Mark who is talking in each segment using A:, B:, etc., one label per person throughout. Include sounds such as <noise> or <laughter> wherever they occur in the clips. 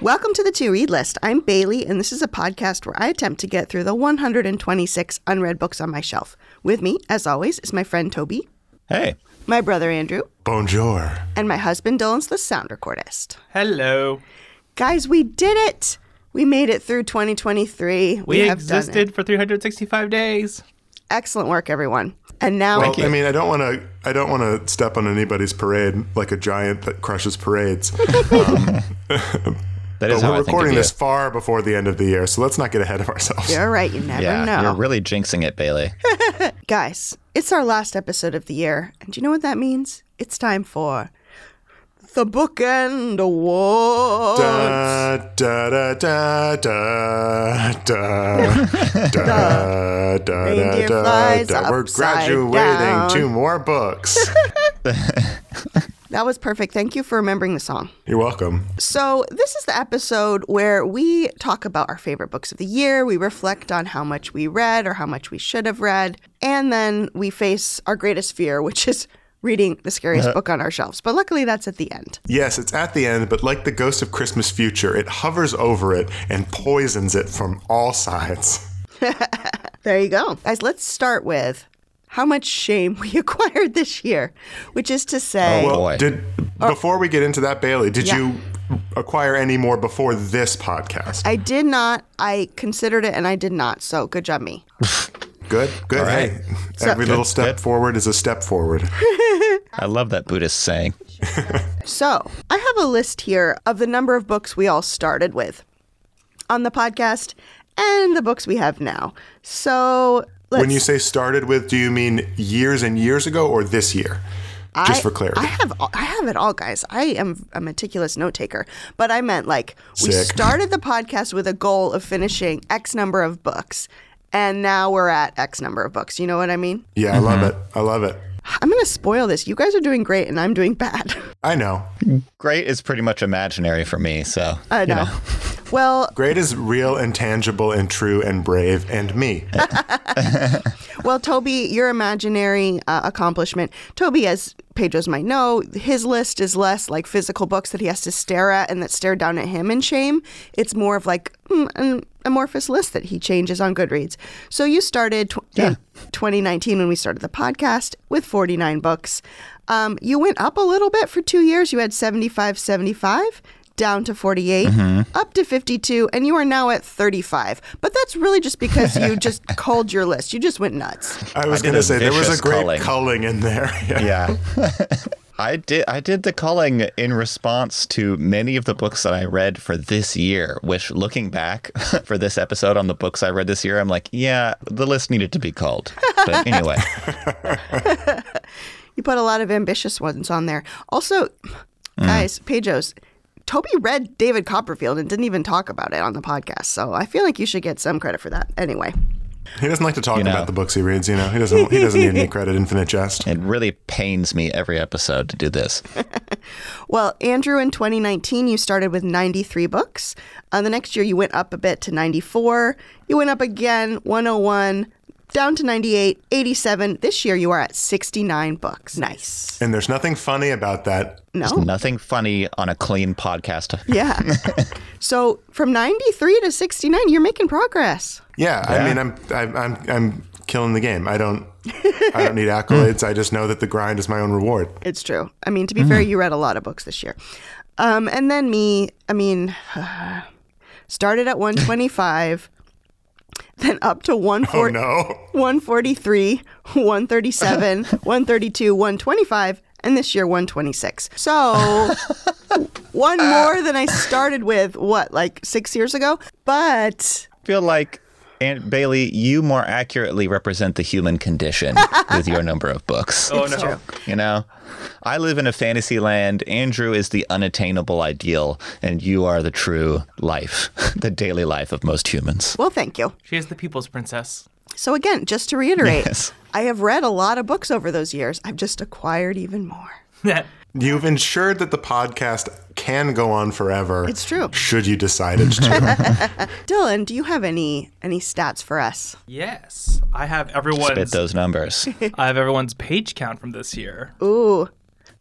A: Welcome to the To Read List. I'm Bailey, and this is a podcast where I attempt to get through the 126 unread books on my shelf. With me, as always, is my friend Toby,
B: Hey.
A: my brother Andrew,
C: Bonjour.
A: and my husband Dylan's the sound recordist.
D: Hello.
A: Guys, we did it! We made it through 2023.
D: We,
A: have done it.
D: existed for 365 days.
A: Excellent work, everyone. And now,
C: Well, I mean, I don't want to. I don't want to step on anybody's parade like a giant that crushes parades.
B: That
C: but
B: is how
C: we're
B: I think of
C: recording
B: you.
C: this far before the end of the year, so let's not get ahead of ourselves.
A: you're right, you never
B: Yeah,
A: know.
B: you're really jinxing
A: <laughs>
B: it, Bailey.
A: Guys, it's our last episode of the year, and do you know what that means? It's time for the Bookend Awards.
C: Da, da, da, da, da, da, da, da, da,
A: Reindeer
C: da,
A: flies
C: da. We're
A: upside
C: graduating
A: down.
C: two
B: <laughs>
C: more books.
A: That was perfect. Thank you for remembering the song.
C: You're welcome.
A: So, this is the episode where we talk about our favorite books of the year. We reflect on how much we read or how much we should have read. And then we face our greatest fear, which is reading the scariest book on our shelves. But luckily, that's at the end.
C: Yes, it's at the end, but like the ghost of Christmas future, it hovers over it and poisons it from all sides.
A: There you go. Guys, let's start with how much shame <laughs> we acquired this year, which is to say,
B: Oh,
C: Well,
B: boy.
C: did before we get into that, Bailey, did
A: Yeah.
C: you acquire any more before this podcast?
A: I did not, I considered it and I did not. So, good job, me.
C: good, good.
B: right.
C: Hey, every little step
B: good.
C: forward is a step forward.
B: I love that Buddhist saying.
A: So, I have a list here of the number of books we all started with on the podcast and the books we have now. So, let's,
C: when you say started with, do you mean years and years ago or this year? Just
A: I-
C: for clarity.
A: I have all- I have it all, guys. I am a meticulous note taker, but I meant like we
C: Sick.
A: started the podcast with a goal of finishing X number of books, and now we're at X number of books. You know what I mean?
C: yeah, I love it.
B: Mm-hmm.
C: I love it.
A: I'm gonna spoil this. You guys are doing great, and I'm doing bad. <laughs>
C: I know.
B: Great is pretty much imaginary for me, so
A: I know. Well,
C: Great is real and tangible and true and brave
B: <laughs>
C: and me.
A: Well, Toby, your imaginary uh, accomplishment. Toby, as Pedro's might know, his list is less like physical books that he has to stare at and that stare down at him in shame. It's more of like mm, an amorphous list that he changes on Goodreads. So you started tw- in 2019 when we started the podcast with 49 books. Um, you went up a little bit for two years. You had 75, 75. Down to 48, up to 52, and you are now at 35. But that's really just because you just culled your list. You just went nuts.
C: I was
B: I did
C: going
B: a
C: to say there was
B: vicious
C: a great
B: culling.
C: culling, in there. <laughs> Yeah.
B: yeah. <laughs> I did I did the culling in response to many of the books that I read for this year, which looking back <laughs> for this episode on the books I read this year, I'm like, yeah, the list needed to be culled.
A: <laughs>
B: But anyway,
A: You put a lot of ambitious ones on there. Also, guys, Pejos, Toby read David Copperfield and didn't even talk about it on the podcast. So I feel like you should get some credit for that. Anyway,
C: He doesn't like to talk
B: know.
C: about the books he reads, you know. He doesn't he doesn't
A: <laughs>
C: need any credit, infinite jest.
B: it really pains me every episode to do this.
A: well, Andrew, in 2019, you started with 93 books. Uh, the next year, you went up a bit to 94. You went up again, 101, down to 98, 87. This year, you are at 69 books. Nice.
C: And there's nothing funny about that.
A: No?
B: Nothing funny on a clean podcast.
A: <laughs> Yeah. so from 93 to 69, you're making progress.
C: Yeah, I mean, I'm, I'm, I'm, I'm killing the game. I don't, I don't need accolades. I just know that the grind is my own reward.
A: It's true. Mm. I mean, to be fair, you read a lot of books this year. Um, and then me, I mean, <sighs> started at 125, <laughs> then up to 140,
C: No,
A: 143,
B: <laughs>
A: 137, 132, 125, and this year 126.
B: <laughs>
A: So one more than I started with, what, like six years ago? But
B: feel like Aunt Bailey, you more accurately represent the
A: <laughs>
B: human condition with your number of books.
D: Oh,
A: it's
D: no.
A: true.
B: You know, I live in a fantasy land. Andrew is the unattainable ideal, and you are the true life, <laughs> the daily life of most humans.
A: Well, thank you.
D: She is the people's princess. <laughs>
A: So again, just to reiterate,
B: Yes.
A: I have read a lot of books over those years. I've just acquired even more.
C: you've ensured that the podcast can go on forever.
A: It's true.
C: Should you decide
A: <laughs>
C: it's true?
A: Dylan, do you have any any stats for us?
D: yes. I have everyone's
B: Spit those numbers.
D: I have everyone's page count from this year.
A: Ooh,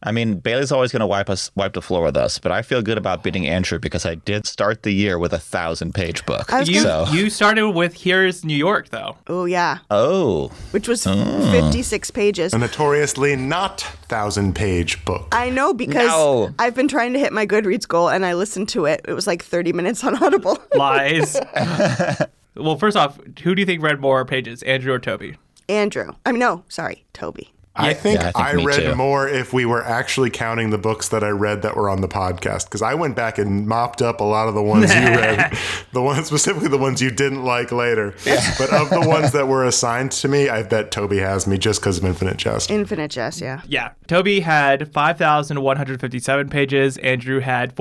B: I mean, Bailey's always going to wipe us, wipe the floor with us, but I feel good about beating Andrew because I did start the year with a thousand page book.
A: I was
D: You
B: so,
D: you started with here's New
A: <laughs>
D: York though.
A: Oh yeah,
B: oh,
A: which was 56 pages.
C: A notoriously not thousand page book.
A: I know because
B: No.
A: I've been trying to hit my Goodreads goal and I listened to it. It was like 30 minutes on <laughs> Audible.
D: Lies. well, first off, who do you think read more pages, Andrew or Toby?
A: Andrew. I mean, no, sorry, Toby.
C: I think
B: Yeah, I
C: I,
B: think me
C: read
B: too.
C: more if we were actually counting the books that I read that were on the podcast because I went back and mopped up a lot of the ones
B: <laughs>
C: you read, <laughs> the ones specifically the ones you didn't like later. But of the ones that were assigned to me, I bet Toby has me just because of Infinite Jest.
A: Infinite Jest, yeah.
D: Yeah, Toby had 5,157 pages. Andrew had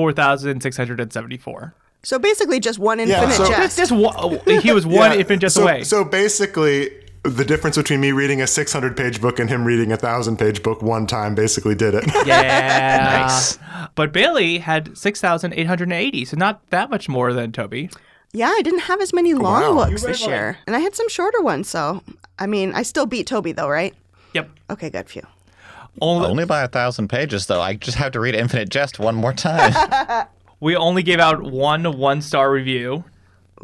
D: 4,674.
A: So basically just one Infinite
C: so-
A: Jest.
D: Just one, he was one
C: Yeah,
D: infant just
C: so,
D: away.
C: So basically, the difference between me reading a 600 page book and him reading a thousand page book one time basically did it. <laughs>
D: yeah.
B: Nice.
D: But Bailey had 6,880, so not that much more than Toby.
A: yeah, I didn't have as many long
C: Wow.
A: books this year. And I had some shorter ones, so I mean, I still beat Toby though, right?
D: Yep.
A: Okay, good for you.
D: Only,
B: only by a thousand pages though. I just have to read Infinite Jest one more time.
D: we only gave out one one star review.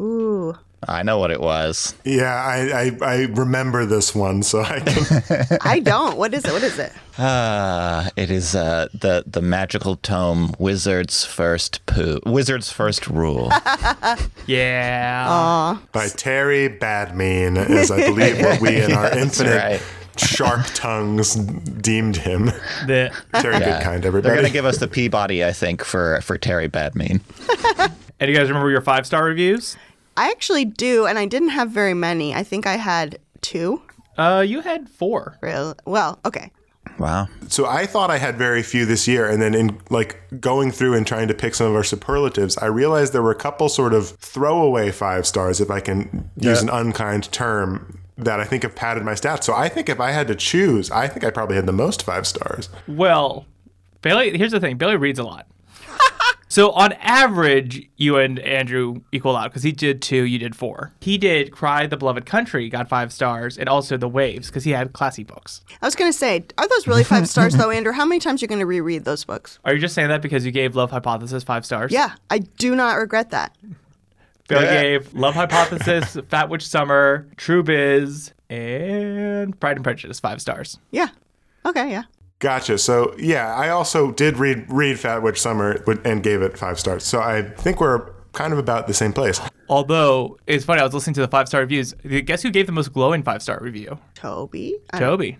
A: Ooh.
B: I know what it was.
C: yeah, I, I, I remember this one, so I can
A: I don't. What is it? What is it?
B: Uh, it is uh, the the magical tome Wizard's First Poo. Wizard's First Rule.
D: Yeah.
A: Uh,
C: by Terry
B: <laughs>
C: Badmean is I believe what we in our infinite
B: right.
C: sharp tongues deemed him.
B: <laughs>
D: The-
C: Terry Goodkind,
B: They're
C: everybody.
B: gonna give us the Peabody, I think, for for Terry Badmean.
D: and you guys remember your five star reviews?
A: I actually do, and I didn't have very many. I think I had two.
D: Uh, you had four.
A: Real well, okay.
B: Wow.
C: so I thought I had very few this year, and then in like going through and trying to pick some of our superlatives, I realized there were a couple sort of throwaway five stars, if I can use an unkind term. That I think have padded my stats. So I think if I had to choose, I think I probably had the most five stars.
D: Well, Bailey, here's the thing Bailey reads a <laughs> lot. so, on average, you and Andrew equal out because he did two, you did four. He did Cry the Beloved Country, got five stars, and also The Waves because he had classy books.
A: I was gonna say, are those really five
C: <laughs>
A: stars though, Andrew? How many times are you gonna reread those books?
D: Are you just saying that because you gave Love Hypothesis five stars?
A: Yeah, I do not regret that.
D: Bailey
B: Yeah.
D: gave Love <laughs> Hypothesis, Fat Witch Summer, True Biz, and Pride and Prejudice five stars.
A: Yeah. Okay, yeah.
C: Gotcha. So yeah, I also did read read Fat Witch Summer wi- and gave it five stars. So I think we're kind of about the same place.
D: Although it's funny, I was listening to the five star reviews. Guess who gave the most glowing five star review?
A: Toby. I-
D: Toby.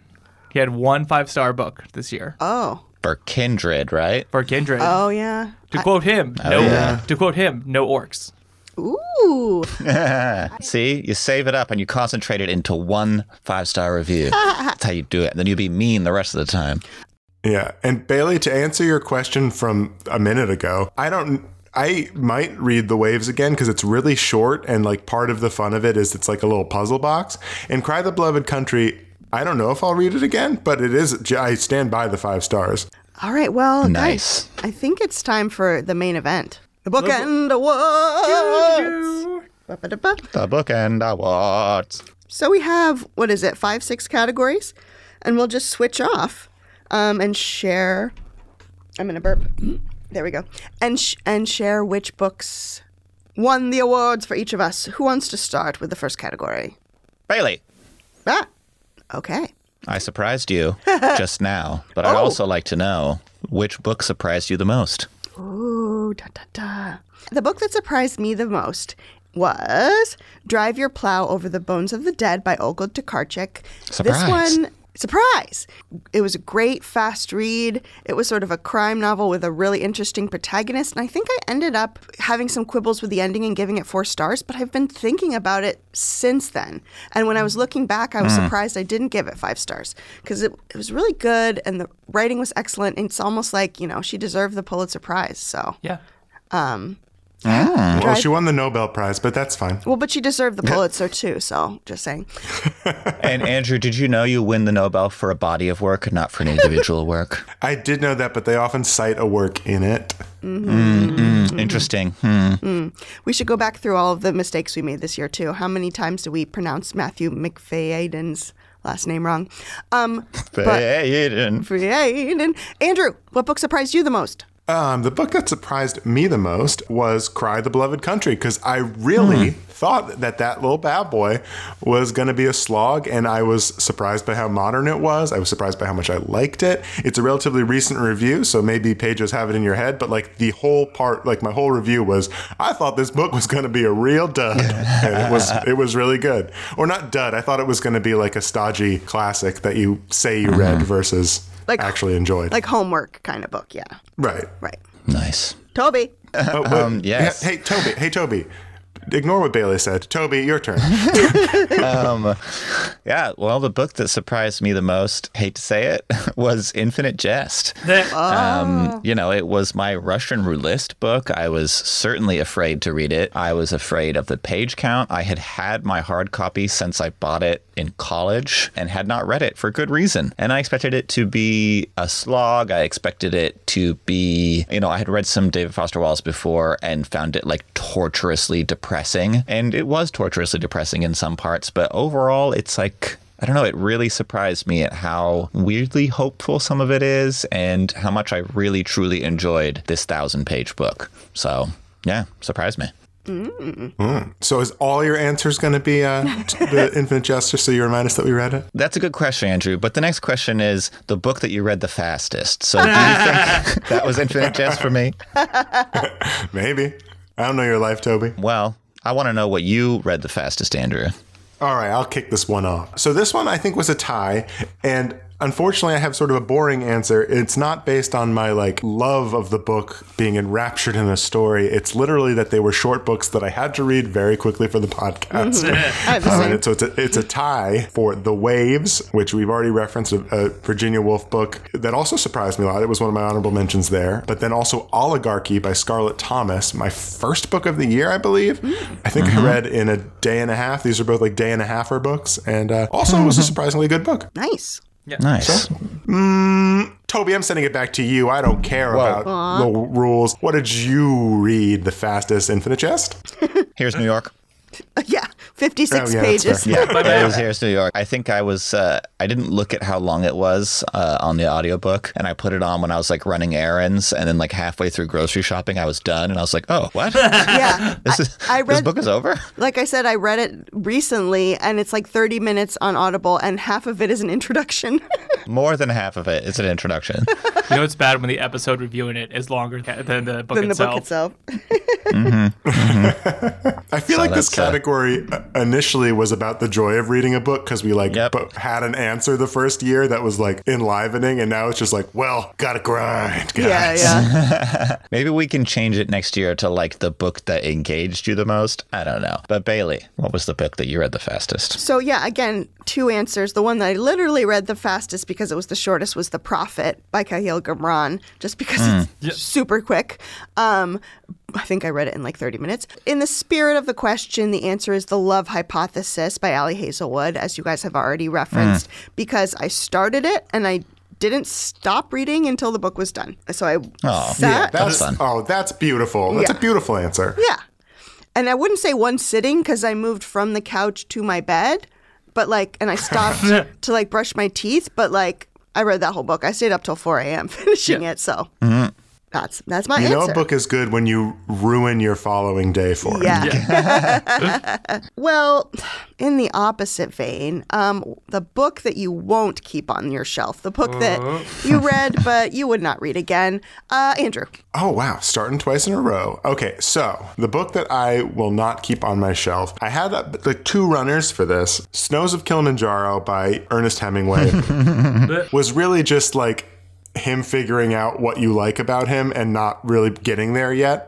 D: He had one five star book this year
A: oh.
B: For Kindred, right?
D: for Kindred.
A: Oh yeah.
D: to quote him, no.
B: Oh, yeah.
D: To quote him, no orcs.
A: Ooh.
B: See, you save it up and you concentrate it into one five star <laughs> review. That's how you do it. Then you'll be mean the rest of the time.
C: Yeah. And Bailey, to answer your question from a minute ago, I don't. I might read The Waves again because it's really short and like part of the fun of it is it's like a little puzzle box. And Cry the Beloved Country. I don't know if I'll read it again, but it is. I stand by the five stars.
A: All right, well
B: Nice.
A: guys, I think it's time for the main event. The book and awards. Ba-ba-da-ba.
B: The book and awards.
A: So we have what is it, five, six categories? And we'll just switch off um, and share I'm gonna burp. There we go. And sh- and share which books won the awards for each of us. Who wants to start with the first category?
B: Bailey,
A: Ah, okay.
B: I surprised <laughs> you just now, but I'd also like to know which book surprised you the most.
A: Ooh, da da da. The book that surprised me the most was Drive Your Plow Over the Bones of the Dead by Olga Tokarczuk. This
B: Surprise.
A: one, surprise! It was a great, fast read. It was sort of a crime novel with a really interesting protagonist. And I think I ended up having some quibbles with the ending and giving it four stars, but I've been thinking about it since then. And when I was looking back, I was surprised I didn't give it five stars because it, it was really good and the writing was excellent. And it's almost like, you know, she deserved the Pulitzer Prize. So,
D: Yeah.
C: Well, she won the Nobel Prize, but that's fine.
A: well, but she deserved the Pulitzer too. So, just saying.
B: And Andrew, did you know you win the Nobel for a body of work, not for an individual work?
C: I did know that, but they often cite a work in it.
B: Interesting. Hmm.
A: We should go back through all of the mistakes we made this year too. How many times do we pronounce Matthew McFadden's last name wrong. Um, but
B: Baden.
A: Baden. Andrew, what book surprised you the most?
C: Um, the book that surprised me the most was Cry the Beloved Country because I really thought that that little bad boy was going to be a slog, and I was surprised by how modern it was. I was surprised by how much I liked it. It's a relatively recent review, so maybe pages have it in your head, but like the whole part, like my whole review was, I thought this book was going to be a real dud, and it was it was really good, or not dud. I thought it was going to be like a stodgy classic that you say you read versus
A: Like-
C: actually enjoyed.
A: Like homework kind of book, yeah.
C: right.
A: Right.
B: Nice.
A: Toby.
C: Oh, wait.
B: yes.
C: Yeah, Hey, Toby. Hey, Toby. Ignore what Bailey said. Toby, your turn.
B: Yeah, well, the book that surprised me the most, hate to say it, <laughs> was Infinite Jest. Um, you know, it was my Russian roulette book. I was certainly afraid to read it. I was afraid of the page count. I had had my hard copy since I bought it in college and had not read it for good reason. And I expected it to be a slog. I expected it to be, you know, I had read some David Foster Wallace before and found it like torturously depressing. And it was torturously depressing in some parts, but overall, it's like I don't know, it really surprised me at how weirdly hopeful some of it is and how much I really truly enjoyed this thousand page book. So, yeah, surprised me.
C: so, is all your answers going to be uh, t- the Infinite Jester? So you remind us that we read it.
B: That's a good question, Andrew. But the next question is the book that you read the fastest. So, do you think that was Infinite Jest for me?
C: Maybe. I don't know your life, Toby.
B: Well, I want to know what you read the fastest, Andrew.
C: All right, I'll kick this one off. So this one I think was a tie, and unfortunately I have sort of a boring answer. It's not based on my like love of the book being enraptured in the story. It's literally that they were short books that I had to read very quickly for the podcast. <laughs>
A: I have the
C: Um,
A: same.
C: and so it's a, it's a tie for The Waves, which we've already referenced, a, a Virginia Woolf book that also surprised me a lot. It was one of my honorable mentions there. But then also Oligarchy by Scarlett Thomas, my first book of the year, I believe. I think I read in a day and a half. These are both like day and a halfer books. And uh, also, it was a surprisingly good book.
A: Nice. <laughs>
B: Nice.
C: Toby, I'm sending it back to you. I don't care about the w- rules. What did you read the fastest, Infinite Jest?
B: Here's New York.
A: Yeah, 56
C: Oh, yeah, that's
A: pages.
B: Yeah, it was Harris, New York. I think I was, uh, I didn't look at how long it was uh, on the audiobook, and I put it on when I was like running errands, and then like halfway through grocery shopping, I was done, and I was like, oh, what? this,
A: Yeah.
B: is,
A: I
B: this
A: read-
B: book is over?
A: Like I said, I read it recently and it's like 30 minutes on Audible and half of it is an introduction. <laughs>
B: More than half of it is an introduction.
D: You know it's bad when the episode reviewing it is longer ca- than the book
A: than the
D: itself.
A: book itself.
C: I feel like this
B: that's, uh,
C: category uh, initially was about the joy of reading a book because we like
B: Yep.
C: bo- had an answer the first year that was like enlivening, and now it's just like, well, gotta grind, guys.
A: Yeah, yeah.
B: Maybe we can change it next year to like the book that engaged you the most. I don't know. But Bailey, what was the book that you read the fastest?
A: So, yeah, again, two answers. The one that I literally read the fastest because it was the shortest was The Prophet by Kahil Gibran, just because it's super quick. Um, I think I read it in like 30 minutes. In the spirit of the question, the answer is The Love Hypothesis by Allie Hazelwood, as you guys have already referenced, because I started it and I didn't stop reading until the book was done. So I
B: Aw.
A: sat
C: Yeah, that's
B: fun.
C: oh, that's beautiful. That's
A: Yeah.
C: a beautiful answer.
A: Yeah. And I wouldn't say one sitting because I moved from the couch to my bed, but like, and I stopped to like brush my teeth, but like, I read that whole book. I stayed up till 4 a.m. <laughs> finishing it. So that's that's my
C: Mm-hmm. You
A: answer.
C: know, a book is good when you ruin your following day for it.
A: yeah.
C: <laughs>
A: <laughs> well, in the opposite vein, um, the book that you won't keep on your shelf, the book that you read but you would not read again, uh, Andrew.
C: Oh, wow. Starting twice in a row. Okay. So, the book that I will not keep on my shelf, I had uh, like two runners for this Snows of Kilimanjaro by Ernest Hemingway was really just like him figuring out what you like about him and not really getting there yet.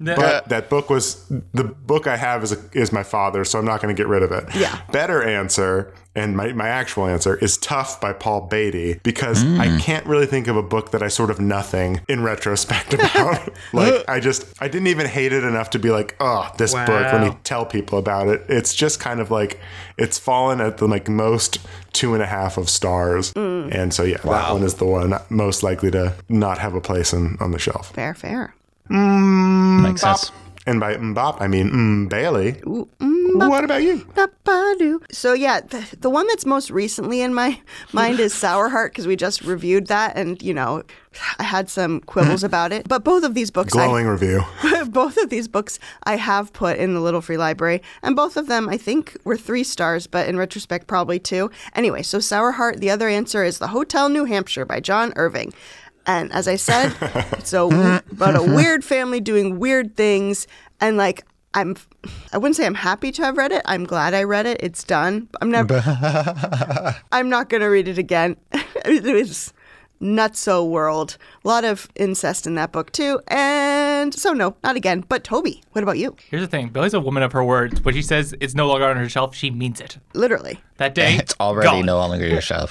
C: but that book was the book I have is, a, is my father, so I'm not going to get rid of it.
A: Yeah.
C: Better answer, and my, my actual answer is Tough by Paul Beatty because I can't really think of a book that I sort of nothing in retrospect <laughs> about. like, I just, I didn't even hate it enough to be like, oh, this book, let me
D: Wow.
C: tell people about it. It's just kind of like, it's fallen at the like most two and a half of stars. And so, yeah, that one is the one most likely to not have a place in, on the shelf.
A: Fair, fair. Hmm,
B: Makes sense.
C: And by Mbop, I mean mm, Bailey. What about you?
A: Ba-ba-doo. So yeah, the, the one that's most recently in my <laughs> mind is Sour Heart because we just reviewed that, and you know, I had some quibbles about it. But both of these books,
C: Glowing review.
A: I, <laughs> both of these books, I have put in the Little Free Library, and both of them I think were three stars, but in retrospect, probably two. Anyway, so Sour Heart. The other answer is The Hotel New Hampshire by John Irving. And as I said, it's a, about a weird family doing weird things, and like I'm I wouldn't say I'm happy to have read it. I'm glad I read it. It's done. I'm never I'm not going to read it again. <laughs> it was nutso world. A lot of incest in that book too. And so no, not again. But Toby, what about you?
D: Here's the thing Billy's a woman of her words. When she says it's no longer on her shelf, she means it.
A: Literally.
D: That day,
B: <laughs> It's already
D: gone.
B: no longer your
D: <laughs>
B: shelf.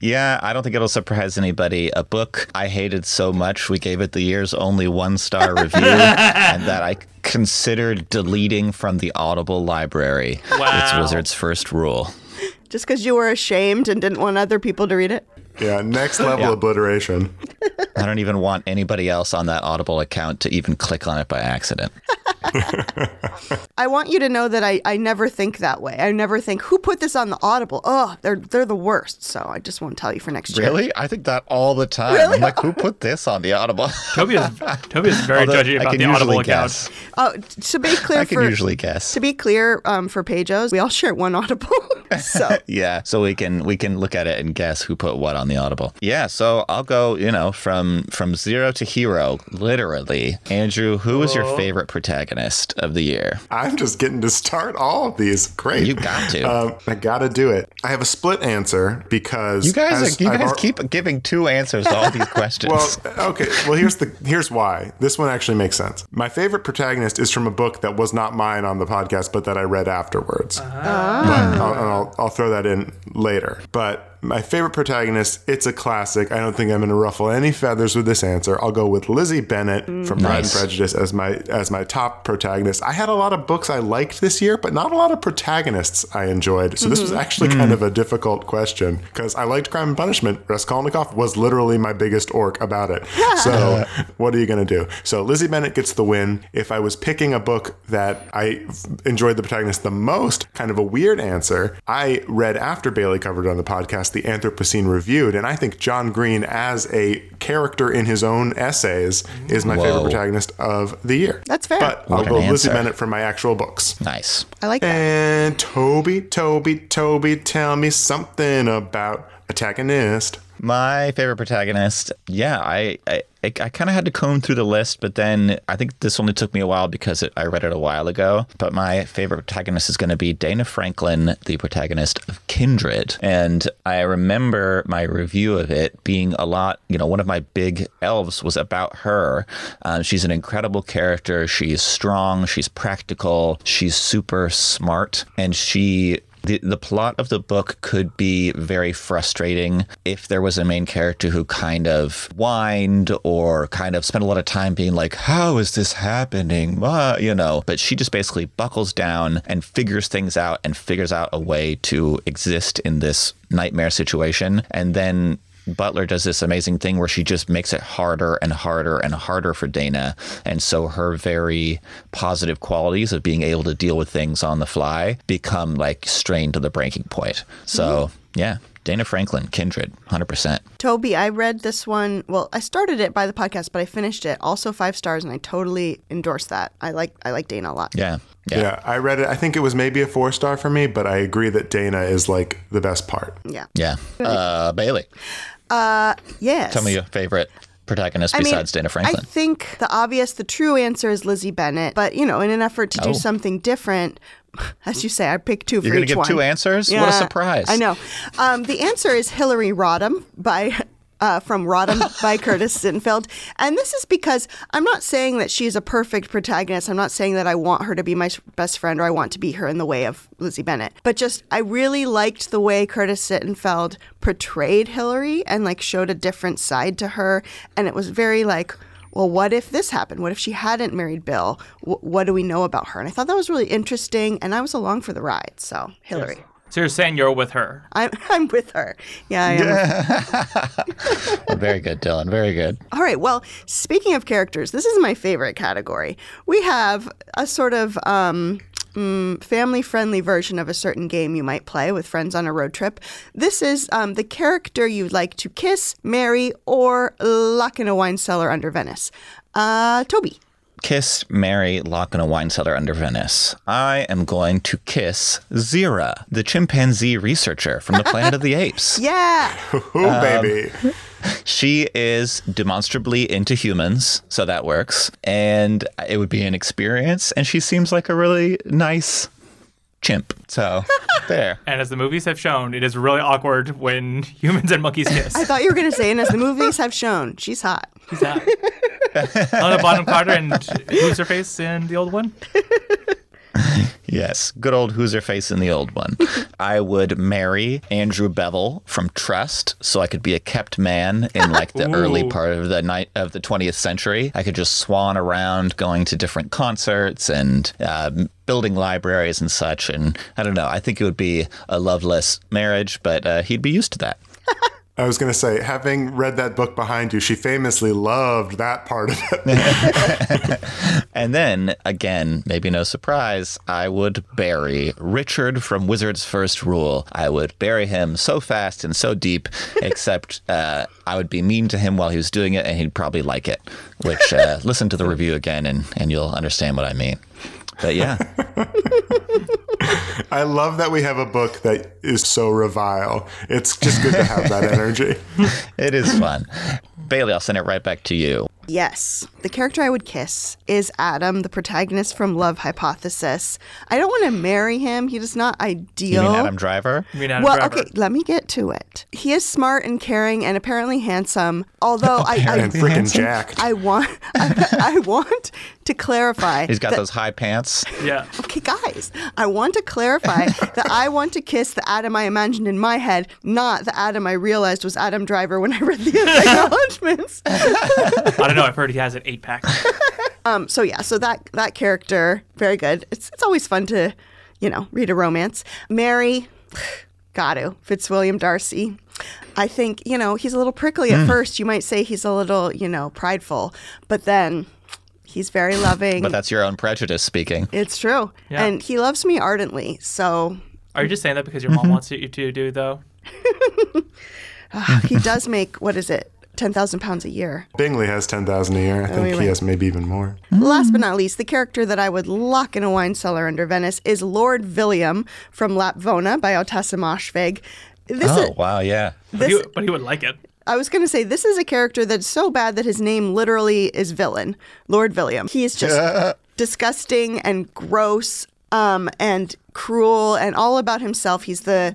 B: yeah, I don't think it'll surprise anybody. A book I hated so much, we gave it the year's only one
D: <laughs>
B: star review, and that I considered deleting from the Audible library. It's
D: Wow.
B: Wizard's first rule.
A: Just cuz you were ashamed and didn't want other people to read it.
C: Yeah, next level obliteration.
B: I don't even want anybody else on that Audible account to even click on it by accident.
A: I want you to know that I, I never think that way. I never think who put this on the Audible. Oh, they're they're the worst. So I just won't tell you for next year.
B: Really? I think that all the time. I'm like, who put this on the Audible?
D: Toby is, Toby is very
B: Although
D: judgy about the Audible account.
A: Oh, t- to be clear,
B: <laughs> I can
A: for,
B: usually guess.
A: to be clear, um, for Pejos, we all share one Audible. <laughs>
B: <laughs>
A: so
B: Yeah, so we can we can look at it and guess who put what on the Audible. Yeah, so I'll go, you know, from from zero to hero, literally. Andrew, who was your favorite protagonist of the year?
C: I'm just getting to start all of these. Great.
B: You got to.
C: Um, I gotta do it. I have a split answer because
B: you guys,
C: as
B: are, you
C: I've
B: guys
C: al-
B: keep giving two answers to all
C: <laughs>
B: these questions.
C: Well, okay. Well, here's the here's why this one actually makes sense. My favorite protagonist is from a book that was not mine on the podcast, but that I read afterwards. But I'll, and I'll, I'll throw that in later. But my favorite protagonist, it's a classic. I don't think I'm going to ruffle any feathers with this answer. I'll go with Lizzie Bennett from Pride and
B: Nice.
C: Prejudice as my as my top protagonist. I had a lot of books I liked this year, but not a lot of protagonists I enjoyed. So this was actually kind of a difficult question because I liked Crime and Punishment. Raskolnikov was literally my biggest orc about it. So what are you going to do? So Lizzie Bennett gets the win. If I was picking a book that I f- enjoyed the protagonist the most, kind of a weird answer, I read after Bailey covered it on the podcast the Anthropocene Reviewed, and I think John Green as a character in his own essays is my favorite
B: Whoa.
C: protagonist of the year.
A: That's fair.
C: But
B: What
C: I'll go
B: an
C: Lizzie
B: answer.
C: Bennett for my actual books.
B: nice.
A: I like that.
C: And Toby, Toby, Toby, tell me something about protagonist.
B: My favorite protagonist. Yeah, I I, I kind of had to comb through the list, but then I think this only took me a while because it, I read it a while ago. But my favorite protagonist is going to be Dana Franklin, the protagonist of Kindred, and I remember my review of it being a lot. You know, one of my big elves was about her. Um, she's an incredible character. She's strong. She's practical. She's super smart, and she the, the plot of the book could be very frustrating if there was a main character who kind of whined or kind of spent a lot of time being like, How is this happening? Ma," you know, but she just basically buckles down and figures things out and figures out a way to exist in this nightmare situation. And then Butler does this amazing thing where she just makes it harder and harder and harder for Dana. And so her very positive qualities of being able to deal with things on the fly become like strained to the breaking point. So,
A: Mm-hmm.
B: yeah, Dana Franklin, Kindred, 100%.
A: Toby, I read this one. Well, I started it by the podcast, but I finished it. Also five stars, and I totally endorse that. I like I like Dana a lot.
B: Yeah. Yeah.
C: Yeah. I read it. I think it was maybe a four star for me, but I agree that Dana is like the best part.
A: Yeah.
B: Yeah. Uh, Bailey,
A: Yes.
B: tell me your favorite protagonist besides Dana
A: I
B: Franklin.
A: think the obvious, the true answer is Lizzie Bennett. But you know, in an effort to
B: Oh.
A: do something different, <laughs> as you say, I picked two for
B: You're going
A: each
B: to give
A: one.
B: two answers? What
A: Yeah,
B: a surprise.
A: I know. Um, the answer is Hillary Rodham by. Uh, from Rodham by Curtis Sinfeld. And this is because I'm not saying that she's a perfect protagonist. I'm not saying that I want her to be my s- best friend or I want to be her in the way of Lizzie Bennett. But just, I really liked the way Curtis Sittenfeld portrayed Hillary and like showed a different side to her. And it was very like, well, what if this happened? What if she hadn't married Bill? W- what do we know about her? And I thought that was really interesting. And I was along for the ride. So, Hillary.
D: So you're saying you're with her.
A: I'm, <laughs> I'm with her. Yeah, I am.
B: Well, very good, Dylan. Very good.
A: All right. Well, speaking of characters, this is my favorite category. We have a sort of um, family friendly version of a certain game you might play with friends on a road trip. This is um, the character you'd like to kiss, marry, or lock in a wine cellar under Venice. Uh, Toby.
B: Kiss, marry, lock in a wine cellar under Venice. I am going to kiss Zira, the chimpanzee researcher from the Planet of the
A: <laughs>
B: Apes.
A: Yeah.
C: Ooh,
B: Um,
C: baby.
B: She is demonstrably into humans, so that works. And it would be an experience. And she seems like a really nice chimp. So there.
D: And as the movies have shown, it is really awkward when <laughs> humans and monkeys kiss.
A: I thought you were going to say, and as the movies have shown, she's hot.
D: She's
A: <laughs>
D: hot. Helena Bonham Carter and who's her face in the old one?
B: Yes, good old who's her face in the old one. I would marry Andrew Bevel from Trust, so I could be a kept man in like the early
D: Ooh.
B: part of the night of the 20th century. I could just swan around, going to different concerts and uh, building libraries and such. And I don't know. I think it would be a loveless marriage, but uh, he'd be used to that.
C: I was going to say, having read that book behind you, she famously loved that part of it. <laughs>
B: And then again, maybe no surprise, I would bury Richard from Wizard's First Rule. I would bury him so fast and so deep, except uh, I would be mean to him while he was doing it, and he'd probably like it. Which uh, listen to the review again, and and you'll understand what I mean. But yeah,
C: I love that we have a book that is so revile. It's just good to
B: <laughs>
C: have that energy.
B: it is fun. Bailey, I'll send it right back to you.
A: Yes. The character I would kiss is Adam, the protagonist from Love Hypothesis. I don't want to marry him. He is not
B: You
A: ideal.
B: mean Adam Driver?
D: I mean, Adam
A: well,
D: Driver.
A: okay, let me get to it. He is smart and caring and apparently handsome, although I,
C: And
A: I,
C: freaking jacked.
A: I want <laughs> I, I want to clarify.
B: He's got
A: that-
B: those high pants.
D: Yeah.
A: Okay, guys, I want to
B: <laughs>
A: clarify that I want to kiss the Adam I imagined in my head, not the Adam I realized was Adam Driver when I read
B: <laughs>
A: the acknowledgments.
D: I don't know. I've heard he has an eight pack.
A: Um, so yeah, so that that character, very good. It's it's always fun to, you know, read a romance. Mary, <sighs> got to Fitzwilliam Darcy. I think you know he's a little prickly
B: Hmm.
A: at first. You might say he's a little you know prideful, but then he's very loving.
B: But that's your own prejudice speaking.
A: it's true,
D: Yeah.
A: and he loves me ardently. So
D: Are you just saying that because your
A: Mm-hmm.
D: mom wants you to do, though?
B: <laughs>
A: he does make what is it, ten thousand pounds a year.
C: Bingley has 10,000 a year. I think
A: Oh, you're
C: he
A: right.
C: has maybe even more.
A: Last but not least, the character that I would lock in a wine cellar under Venice is Lord Villiam from Lapvona by Otessa Moshvig. This is,
B: Oh wow, yeah.
D: But he,
A: This-
D: but he would like it.
A: I was going to say this is a character that's so bad that his name literally is villain, Lord Villiam. He is just disgusting and gross um, and cruel and all about himself. He's the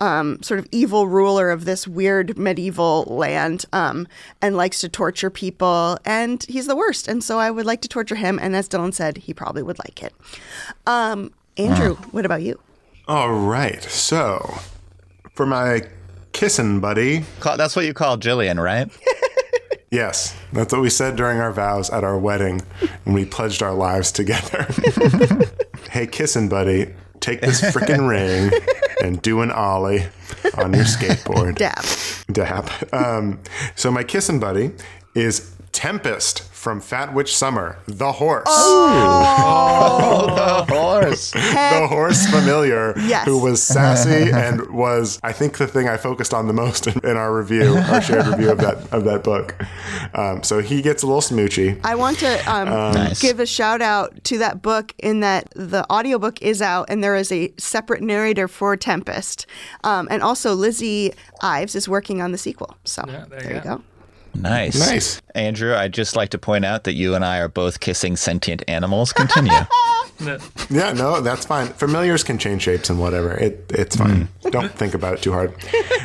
A: um, sort of evil ruler of this weird medieval land um, and likes to torture people. And he's the worst. And so I would like to torture him. And as Dylan said, he probably would like it. Um, Andrew, what about you?
C: All right. So, for my kissing buddy,
B: Ca- That's what you call Jillian, right?
C: yes, that's what we said during our vows at our wedding when we pledged our
A: <laughs>
C: lives together. hey, kissing buddy, take
A: <laughs>
C: this freaking ring and do an ollie on your skateboard. <laughs>
A: Dab.
C: Dab. Um, so, my kissing buddy is Tempest from Fat Witch Summer, the horse.
B: <laughs> Oh, the
A: <laughs>
B: horse.
C: the horse familiar
A: Yes.
C: who was sassy and was I think the thing I focused on the most <laughs> in, in our review, our shared review of that of that book. Um, so he gets a little smoochy.
A: I want to um,
B: Nice.
A: give a shout out to that book in that the audiobook is out and there is a separate narrator for Tempest. Um, and also, Lizzie Ives is working on the sequel. So
D: there
A: there,
D: you
A: you
D: go.
A: go.
B: Nice.
C: Nice.
B: Andrew, I'd just like to point out that you and I are both kissing sentient animals.
C: <laughs>
B: Continue.
C: Yeah, no, that's fine. Familiars can change shapes and whatever. It it's fine. Don't think about it too hard.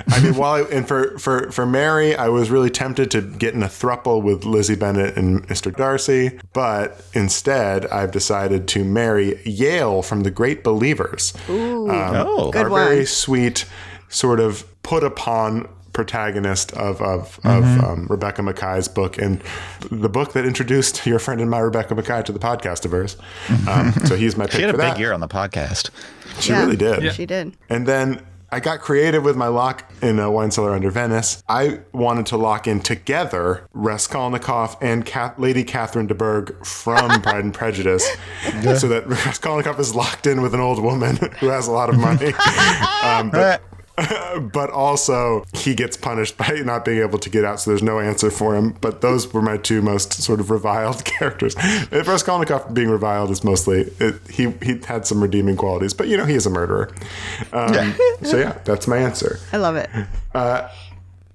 C: I mean, while I, and for for for Mary, I was really tempted to get in a thruple with Lizzie Bennett and Mr. Darcy, but instead, I've decided to marry Yale from The Great Believers.
B: oh,
A: Good
C: our
A: one.
C: very sweet sort of put upon protagonist of of, of um, Rebecca Mackay's book and the book that introduced your friend and my Rebecca Mackay to the podcast of hers. Um, so he's my pick
B: she had
C: for
B: a big
C: that.
B: year on the podcast.
C: She really did.
A: She did.
C: And then. I got creative with my lock in a wine cellar under Venice. I wanted to lock in together Raskolnikov and Cat- Lady Catherine de Bourgh <laughs> from Pride and Prejudice, so that <laughs> Raskolnikov is locked in with an old woman who has a lot of <laughs> money. um, but but also he gets punished by not being able to get out, so there's no answer for him. But those were my two most sort of reviled <laughs> characters. If Raskolnikov being reviled is mostly it, he he had some redeeming qualities, but you know he is a murderer. Um, so yeah, that's my answer.
A: I love it.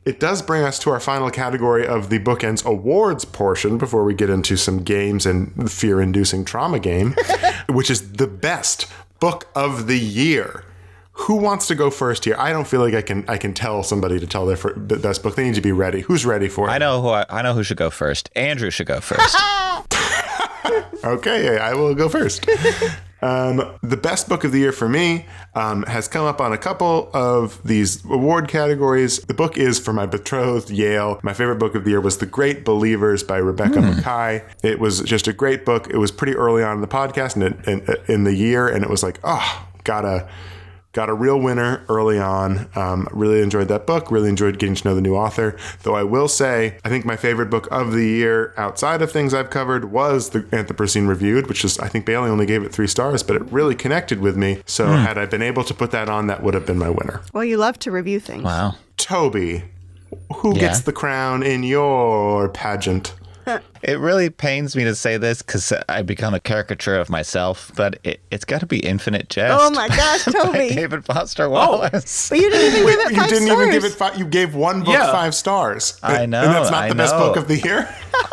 C: It does bring us to our final category of the bookends awards portion before we get into some games and the fear inducing trauma game, <laughs> which is the best book of the year. Who wants to go first here? I don't feel like I can I can tell somebody to tell their fir- the best book. They need to be ready. Who's ready for it?
B: I know who I, I know who should go first. Andrew should go
C: <laughs>
B: first.
C: Okay, I will go first. um, the best book of the year for me um, has come up on a couple of these award categories. The book is for my betrothed Yale. My favorite book of the year was *The Great Believers* by Rebecca Mackay. It was just a great book. It was pretty early on in the podcast and it, in, in the year, and it was like, oh, gotta. Got a real winner early on. Um, really enjoyed that book. Really enjoyed getting to know the new author. Though I will say, I think my favorite book of the year outside of things I've covered was the Anthropocene Reviewed, which is, I think Bailey only gave it three stars, but it really connected with me. So
B: Hmm.
C: had I been able to put that on, that would have been my winner.
A: Well, you love to review things.
B: Wow.
C: Toby, who
B: Yeah.
C: gets the crown in your pageant?
B: It really pains me to say this because I become a caricature of myself, but it, it's got to be Infinite Jest.
A: Oh my
B: <laughs>
A: gosh,
B: by
A: Toby!
B: David Foster Wallace. <laughs>
A: But you didn't even give it
C: You
A: five
C: didn't even give it
A: stars.
C: five. You gave one book
D: Yeah.
C: five stars.
B: I
C: And-
B: know,
C: And that's not
B: I
C: the best
B: know.
C: book of the year.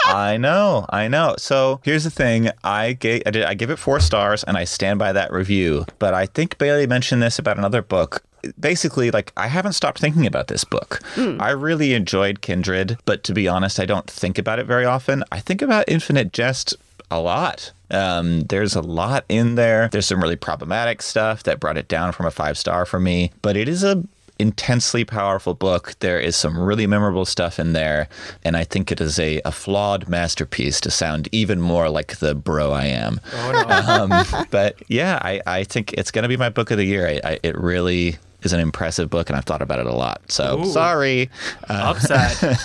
B: I know, I know. So here's the thing: I gave I, did, I give it four stars, and I stand by that review. But I think Bailey mentioned this about another book. Basically, like I haven't stopped thinking about this book. I really enjoyed Kindred, but to be honest, I don't think about it very often. I think about Infinite Jest a lot. Um, there's a lot in there. There's some really problematic stuff that brought it down from a five star for me. But it is a intensely powerful book. There is some really memorable stuff in there, and I think it is a, a flawed masterpiece to sound even more like the bro I am.
A: <laughs>
B: <laughs> um, but yeah, I, I think it's going to be my book of the year. I, I, it really is an impressive book, and I've thought about it a lot. So
D: Ooh.
B: sorry. Uh,
D: Upside.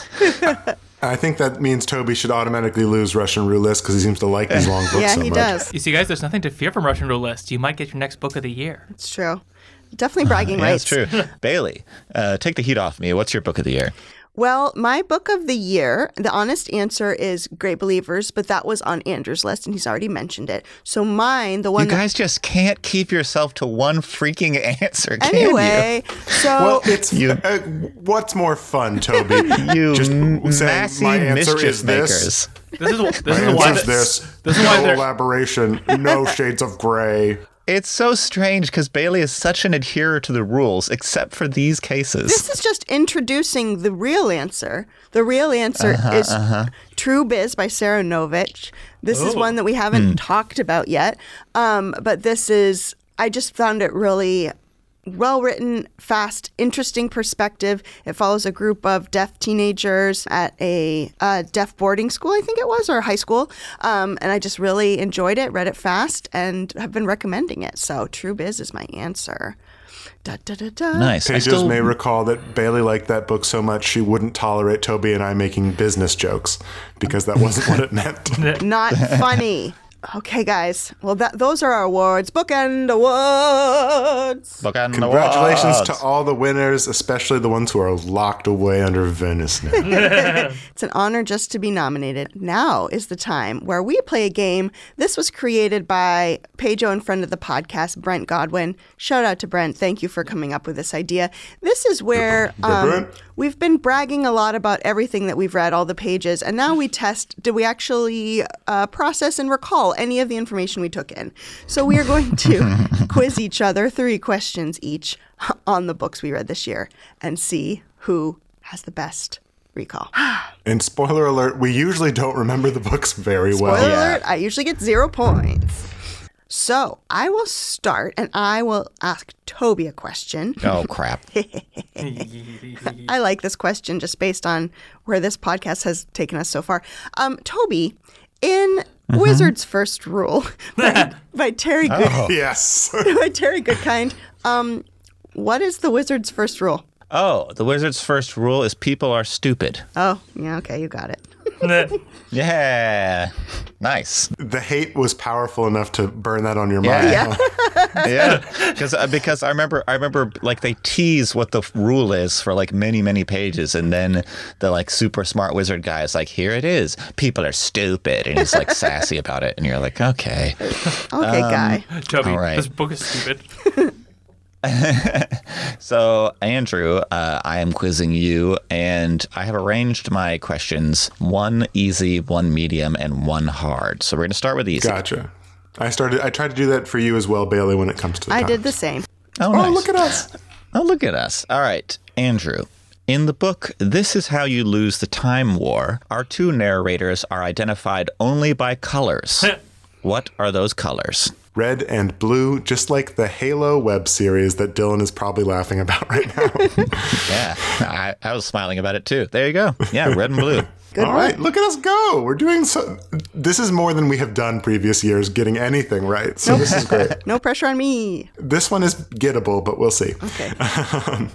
C: I think that means Toby should automatically lose Russian roulette because he seems to like
A: <laughs>
C: these long books
A: Yeah,
C: so
A: he
C: much.
A: does.
D: you see, guys, there's nothing to fear from Russian roulette. You might get your next book of the year.
A: It's true. Definitely bragging
B: Uh, Yeah,
A: rights.
B: that's true. <laughs> Bailey, uh, take the heat off me. What's your book of the year?
A: Well, my book of the year, the honest answer is Great Believers, but that was on Andrew's list and he's already mentioned it. So mine, the one
B: You guys just can't keep yourself to one freaking <laughs> answer,
A: that
B: can
A: anyway, so
C: Well, it's
B: You-
C: uh, what's more fun, Toby?
B: <laughs> you? You
C: Just saying,
B: massy
C: "My answer
B: mischief
C: is
B: makers.
C: this."
A: <laughs>
D: This is wh- this
C: My
D: is why
C: answer's
D: this,
C: this.
D: this is
C: no
D: why they're-
C: elaboration.
B: <laughs>
C: No shades of gray.
B: It's so strange because Bailey is such an adherer to the rules, except for these cases.
A: this is just introducing the real answer. The real answer is True Biz by Sarah Novich. This is one that we haven't talked about yet. Um, but this is, I just found it really well written, fast, interesting perspective. It follows a group of deaf teenagers at a uh, deaf boarding school, I think it was, or high school. Um, and I just really enjoyed it, read it fast, and have been recommending it. So True Biz is my answer. Da, da, da, da.
B: Nice. I
C: Pages
B: still,
C: may recall that Bailey liked that book so much she wouldn't tolerate Toby and I making business jokes because that wasn't what it
B: <laughs>
C: meant.
A: not funny. Okay, guys. Well, that, those are our awards. Bookend awards.
B: Look on the
C: Congratulations to
B: walls.
C: all the winners, especially the ones who are locked away under Venice now.
A: It's an honor just to be nominated. Now is the time where we play a game. This was created by Pedro and friend of the podcast, Brent Godwin. Shout out to Brent. Thank you for coming up with this idea. This is where um,
C: Brent.
A: we've been bragging a lot about everything that we've read, all the pages, and now we test do we actually uh, process and recall any of the information we took in? So we are going to quiz each other three questions each <laughs> on the books we read this year and see who has the best recall.
C: and spoiler alert, we usually don't remember the books very well.
A: Spoiler
B: Yeah.
A: alert, I usually get zero points. So I will start and I will ask Toby a question.
B: Oh,
A: <laughs>
B: crap.
A: I like this question just based on where this podcast has taken us so far. Um, Toby, in
C: Mm-hmm.
A: Wizard's First <laughs>
C: <laughs> Oh.
A: Rule <laughs> by, by Terry Good,
C: Yes. <laughs>
A: by Terry Goodkind, um, What is the wizard's first rule?
B: Oh, the wizard's first rule is people are stupid.
A: Oh, yeah, okay, you got it.
B: Yeah. <laughs> Nice.
C: The hate was powerful enough to burn that on your mind. Oh,
B: Yeah.
C: huh?
B: yeah, because because I remember I remember like they tease what the f- rule is for like many many pages, and then the like super smart wizard guy is like, "Here it is. People are stupid," and he's like sassy about it, and you're like, "Okay."
A: Okay,
C: Um,
A: guy.
D: <laughs> Toby,
B: All right.
D: this book is stupid. <laughs>
B: So Andrew, uh, I am quizzing you, and I have arranged my questions one easy, one medium, and one hard. So we're gonna start with easy.
C: Gotcha. I started. I tried to do that for you as well, Bailey. When it comes to the
A: I
C: time.
A: did the same.
B: Oh,
C: Oh,
B: nice.
C: look at us.
B: Oh, look at us. All right, Andrew. In the book, This Is How You Lose the Time War, our two narrators are identified only by
D: <laughs>
B: colors. what are those colors?
C: Red and blue, just like the Halo web series that Dylan is probably laughing about right
A: <laughs>
C: now.
B: Yeah, I, I was smiling about it too. There you go. Yeah, red and blue.
C: <laughs> All right, look at us go. We're doing so. This is more than we have done previous years getting anything right. So this is
A: <laughs>
C: great.
A: No pressure on me.
C: This one is gettable, but we'll see. <laughs> Um,
A: Okay, Mm-hmm.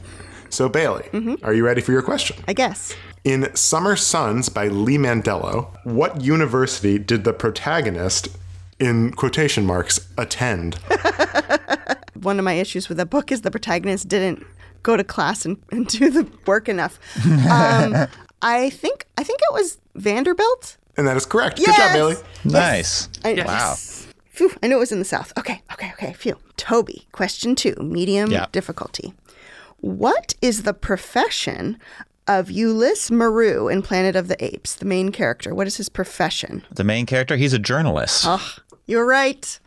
C: So Bailey, are you ready for your question?
A: I guess.
C: In Summer Suns by Lee Mandello, what university did the protagonist, in quotation marks, attend?
A: One of my issues with the book is the protagonist didn't go to class and, and do the work enough.
B: <laughs>
A: Um, I think I think it was Vanderbilt.
C: And that is correct. Good
A: Yes!
C: job, Bailey.
B: Nice.
A: I,
B: Wow.
A: Phew, I know it was in the South. Okay, okay, okay. Phew. Toby, question two, medium
B: Yeah.
A: difficulty. What is the profession of Ulysse Maru in Planet of the Apes, the main character? What is his profession?
B: The main character, he's a journalist.
A: You're right.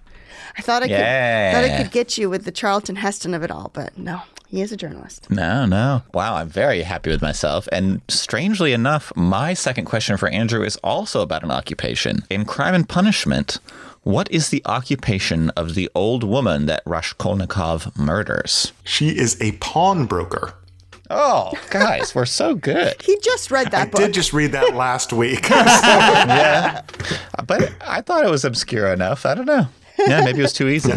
A: I thought I
B: Yeah.
A: could thought I could get you with the Charlton Heston of it all, but no, he is a journalist.
B: No, no. Wow, I'm very happy with myself. And strangely enough, my second question for Andrew is also about an occupation. In Crime and Punishment, what is the occupation of the old woman that Raskolnikov murders?
C: She is a pawnbroker.
B: Oh, guys, we're so good.
A: He just read that
C: I
A: book.
C: did just read that last week.
B: Yeah. Uh, But I thought it was obscure enough. I don't know. Yeah, maybe it was too easy.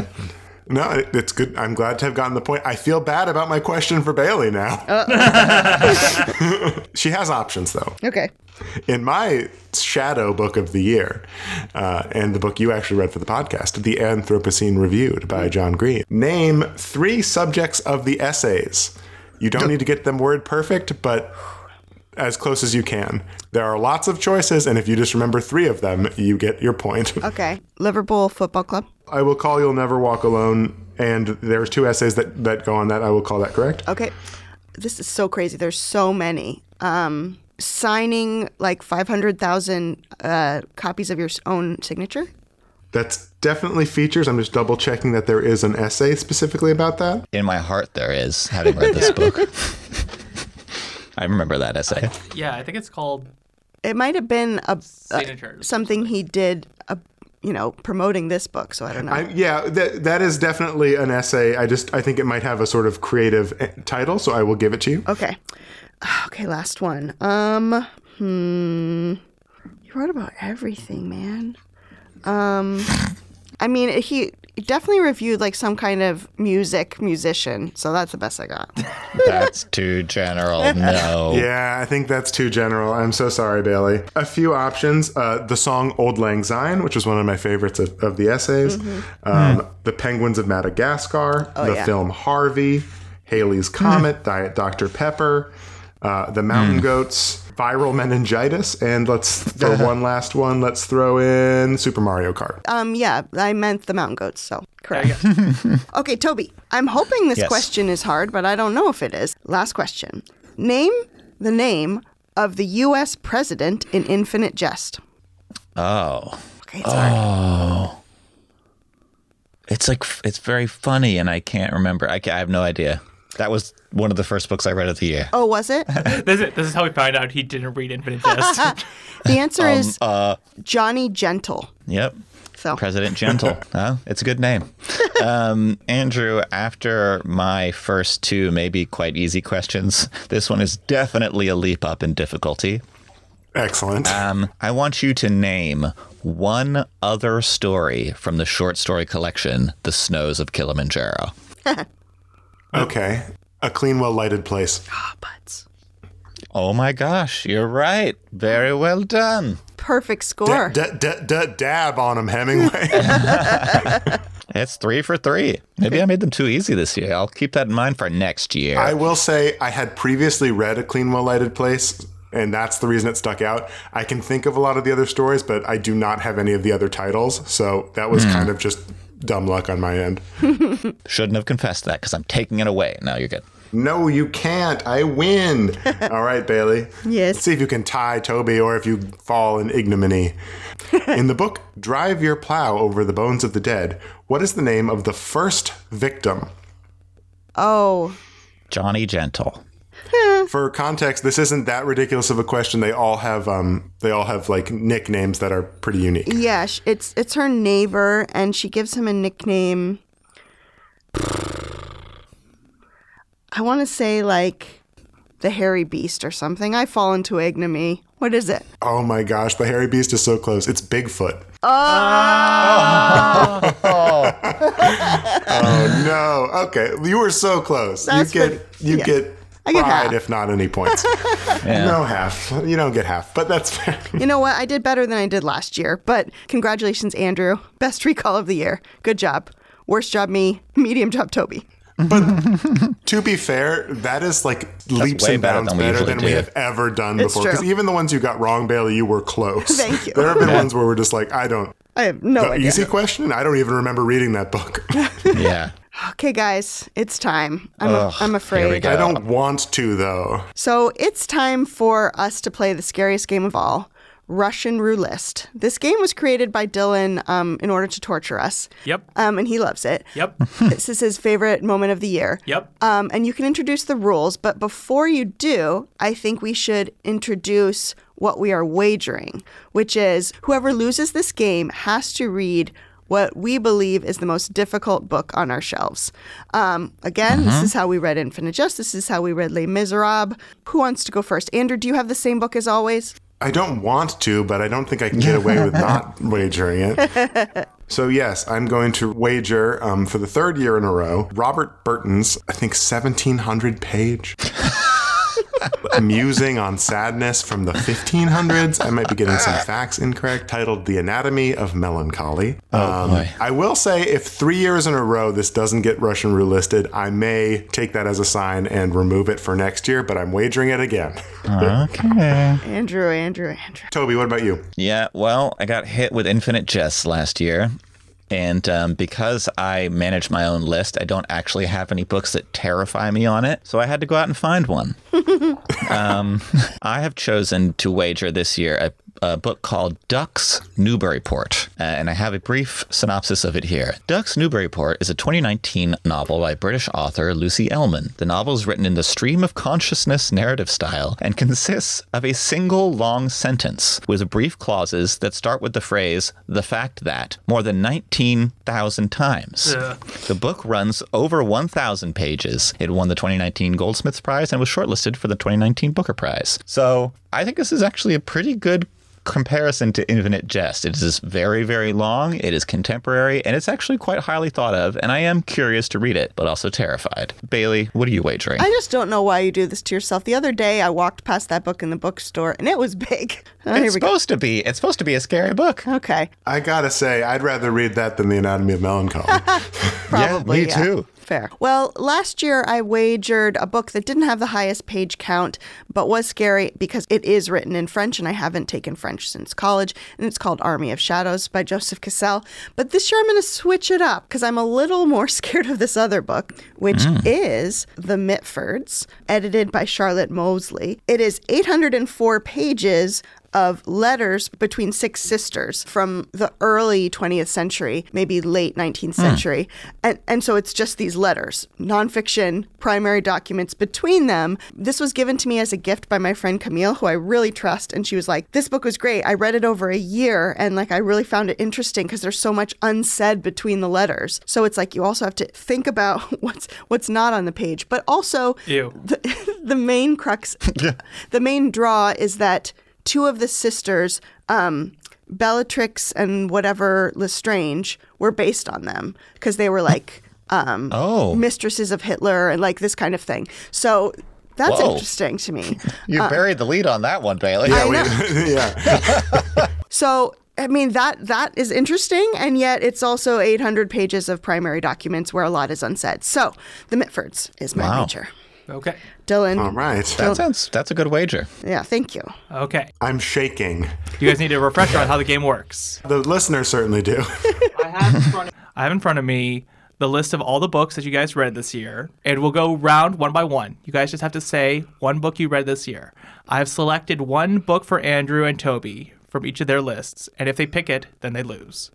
C: no, it- it's good. I'm glad to have gotten the point. I feel bad about my question for Bailey now. <laughs> she has options, though.
A: okay.
C: in my shadow book of the year, uh, and the book you actually read for the podcast, The Anthropocene Reviewed by John Green, name three subjects of the essays. You don't need to get them word perfect, but as close as you can. There are lots of choices, and if you just remember three of them, you get your point.
A: Okay. Liverpool Football Club.
C: <laughs> I will call You'll Never Walk Alone, and there are two essays that, that go on that. I will call that correct.
A: Okay. This is so crazy. There's so many. Um, signing like 500,000 uh, copies of your s- own signature.
C: That's definitely features. I'm just double checking that there is an essay specifically about that.
B: In my heart, there is, having read this book. <laughs> I remember that essay.
D: Yeah, I think it's called
A: It might have been a, a-
D: Signatures.
A: something he did, a, you know, promoting this book. So I don't know.
C: I, yeah, that that is definitely an essay. I just I think it might have a sort of creative eh, title, so I will give it to you.
A: okay. <sighs> Okay. Last one. Um, hmm. You wrote about everything, man. Um, I mean, he definitely reviewed like some kind of music musician. So that's the best I got.
B: That's too general. No.
C: Yeah, I think that's too general. I'm so sorry, Bailey. A few options: uh, the song "Old Lang Syne," which is one of my favorites of, of the essays, um, "The Penguins of Madagascar," the
A: yeah.
C: film "Harvey," "Haley's Comet," "Diet Dr Pepper," uh, "The Mountain Goats," "Viral Meningitis," and let's for one last one, let's throw in Super Mario Kart.
A: Um, yeah, I meant the mountain goats. So correct. <laughs> okay, Toby. I'm hoping this
B: Yes.
A: question is hard, but I don't know if it is. Last question. Name the name of the U.S. president in Infinite Jest.
B: Oh.
A: Okay, it's hard.
B: It's like f- it's very funny, and I can't remember. I, ca- I have no idea. That was one of the first books I read of the year.
A: Oh, was
B: <laughs>
A: it?
D: This is, this is how we found out he didn't read Infinite Jest.
A: The answer
B: Um,
A: is Johnny Gentle.
B: uh, Yep.
A: So
B: President Gentle. oh, it's a good name. Um, Andrew, after my first two, maybe quite easy questions, this one is definitely a leap up in difficulty.
C: Excellent.
B: Um, I want you to name one other story from the short story collection, The Snows of Kilimanjaro.
C: Okay. A clean, well lighted place.
A: Ah, butts.
B: Oh my gosh, you're right. Very well done.
A: Perfect score.
C: D- d- d- dab on him, Hemingway.
B: It's three for three. Maybe I made them too easy this year. I'll keep that in mind for next year.
C: I will say I had previously read A Clean, Well Lighted Place, and that's the reason it stuck out. I can think of a lot of the other stories, but I do not have any of the other titles. So that was kind of just dumb luck on my end.
B: Shouldn't have confessed that because I'm taking it away. Now you're good.
C: No, you can't. I win. All right, Bailey.
A: Yes.
C: Let's see if you can tie Toby or if you fall in ignominy. in the book, Drive Your Plow Over the Bones of the Dead, what is the name of the first victim?
A: oh,
B: Johnny
C: <laughs>
B: Gentle.
C: For context, this isn't that ridiculous of a question. They all have um they all have like nicknames that are pretty unique.
A: yeah. sh- It's it's her neighbor, and she gives him a nickname. I want to say like the hairy beast or something. I fall into ignominy. What is it?
C: Oh my gosh, the hairy beast is so close. It's Bigfoot. Oh no. Okay. You were so close.
A: That's
C: you get
A: pretty-
C: you
A: yeah.
C: get
A: I get
C: pride
A: half.
C: if not any points.
B: Yeah.
C: No half. You don't get half, but that's <laughs> fair.
A: You know what? I did better than I did last year, but congratulations, Andrew. Best recall of the year. Good job. Worst job, me. <laughs> Medium job, Toby.
C: to be fair, that is like leaps
B: way
C: and
B: better
C: bounds
B: than we
C: better
B: usually
C: than we
B: do.
C: have ever done
A: It's
C: before. Because
A: true.
C: even the ones you got wrong, Bailey, you were
A: <laughs>
C: close.
A: Thank you. Oh,
C: There have been ones where we're just like, I don't.
A: I have no
C: The
A: idea.
C: easy question? I don't even remember reading that book. <laughs>
B: Yeah.
A: Okay, guys, it's time. I'm,
B: Ugh,
A: I'm
B: here we
A: afraid.
B: go.
C: I don't want to, though.
A: So it's time for us to play the scariest game of all. Russian roulette. This game was created by Dylan um, in order to torture us,
D: Yep.
A: um, and he loves it.
D: Yep.
A: this is his favorite moment of the year.
D: Yep.
A: Um, and you can introduce the rules, but before you do, I think we should introduce what we are wagering, which is whoever loses this game has to read what we believe is the most difficult book on our shelves. Um, again, this is how we read Infinite Justice. This is how we read Les Miserables. Who wants to go first? Andrew, do you have the same book as always?
C: I don't want to, but I don't think I can get away with not wagering it. So, yes, I'm going to wager um, for the third year in a row Robert Burton's, I think, 1700 page. Musing on Sadness from the 1500s. I might be getting some facts incorrect. Titled The Anatomy of Melancholy. Um,
B: boy.
C: I will say, if three years in a row this doesn't get Russian Rue listed, I may take that as a sign and remove it for next year, but I'm wagering it again.
B: Okay.
A: Andrew, Andrew, Andrew.
C: Toby, what about you?
B: Yeah, well, I got hit with infinite jest last year. And um, because I manage my own list, I don't actually have any books that terrify me on it. So I had to go out and find one. um, I have chosen to wager this year a, a book called Ducks Newburyport. Uh, and I have a brief synopsis of it here. Ducks Newburyport is a 2019 novel by British author Lucy Ellman. The novel is written in the stream of consciousness narrative style and consists of a single long sentence with brief clauses that start with the phrase, the fact that, more than 19,000 times.
D: Ugh.
B: The book runs over 1,000 pages. It won the 2019 Goldsmiths Prize and was shortlisted for the 2019 Booker Prize. So I think this is actually a pretty good comparison to Infinite Jest. It is very, very long, it is contemporary, and it's actually quite highly thought of, and I am curious to read it, but also terrified. Bailey, what are you wagering?
A: I just don't know why you do this to yourself. The other day, I walked past that book in the bookstore, and it was big. <laughs> Oh, here
B: it's
A: we go. Um,
B: supposed to be. It's supposed to be a scary book.
A: Okay.
C: I gotta say, I'd rather read that than The Anatomy of Melancholy.
A: <laughs> Probably.
B: me too.
A: Fair. Well, last year I wagered a book that didn't have the highest page count, but was scary because it is written in French, and I haven't taken French since college. And it's called Army of Shadows by <laughs> Joseph Cassell. But this year I'm going to switch it up because I'm a little more <laughs> scared of this other book, which
B: Mm.
A: is The Mitfords, edited by Charlotte Mosley. It is 804 pages of letters between six sisters from the early 20th century, maybe late 19th century. And, and so it's just these letters, nonfiction, primary documents between them. This was given to me as a gift by my friend Camille, who I really trust. And she was like, This book was great. I read it over a year and like I really found it interesting because there's so much unsaid between the letters. So it's like you also have to think about <laughs> what's what's not on the page, but also
D: Ew.
A: the, <laughs> the main crux, the main draw is that two of the sisters, um,
B: <laughs>
A: Bellatrix and whatever Lestrange, were based on them because they were like um,
B: Oh.
A: mistresses of Hitler and like this kind of thing. So that's
B: Whoa.
A: interesting to
B: <laughs>
A: me.
B: You buried the lead on that one, Bailey.
A: uh, I know.
C: <laughs> yeah.
A: So I mean that that is interesting, and yet it's also 800 pages of primary documents where a lot is unsaid. So the Mitfords is my
B: Wow.
A: major.
D: Okay.
A: Dylan,
C: All right.
B: That sounds that's a good wager.
A: yeah, thank you.
D: Okay.
C: I'm shaking.
D: You guys need a refresher on how the game works.
C: The listeners certainly do.
D: I have in front of me the list of all the books that you guys read this year, and we'll go round one by one. You guys just have to say one book you read this year. I've selected one book for Andrew and Toby from each of their lists, and if they pick it, then they lose.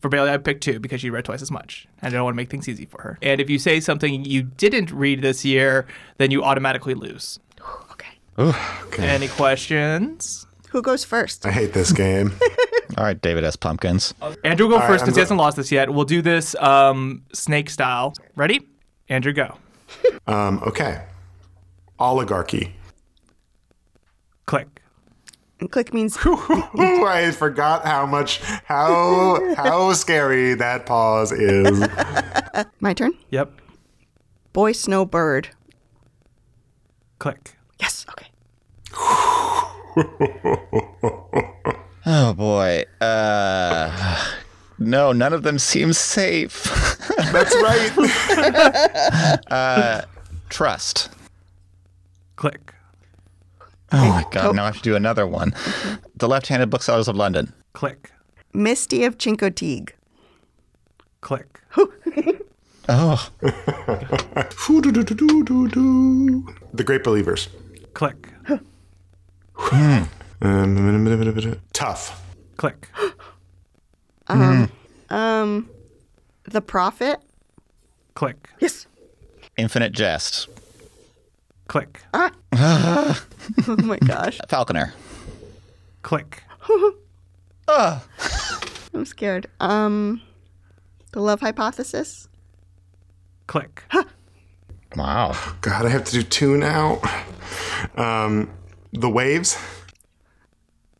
D: For Bailey, I picked two because she read twice as much, and I don't want to make things easy for her. And if you say something you didn't read this year, then you automatically lose.
A: Okay,
D: Any questions?
A: who goes first?
C: I hate this game.
B: All right, David S. Pumpkins.
D: Andrew, go first
C: I'm
D: because he
C: go-
D: hasn't lost this yet. We'll do this um, snake style. Ready? Andrew, go.
C: Um, okay. Oligarchy.
D: Click.
A: And click means
C: Ooh, I forgot how much how how scary that pause is.
A: my turn.
D: Yep.
A: Boy Snowbird.
D: Click.
A: Yes. Okay.
B: Oh boy. Uh <sighs> no, none of them seem safe. <laughs>
C: That's right. <laughs>
B: Trust.
D: Click.
B: Oh my god, now I have to do another one. The Left Handed Booksellers of London.
D: Click.
A: Misty of Chincoteague.
D: Click.
B: Oh.
C: the Great Believers.
D: Click.
C: Um, tough.
D: Click.
A: Um, The Prophet.
D: Click.
A: Yes.
B: Infinite Jest.
D: Click.
A: Ah. Oh my gosh,
B: Falconer.
D: Click.
A: I'm scared. Um, The Love Hypothesis.
D: Click.
B: Wow.
C: God, I have to do two now. Um, the Waves.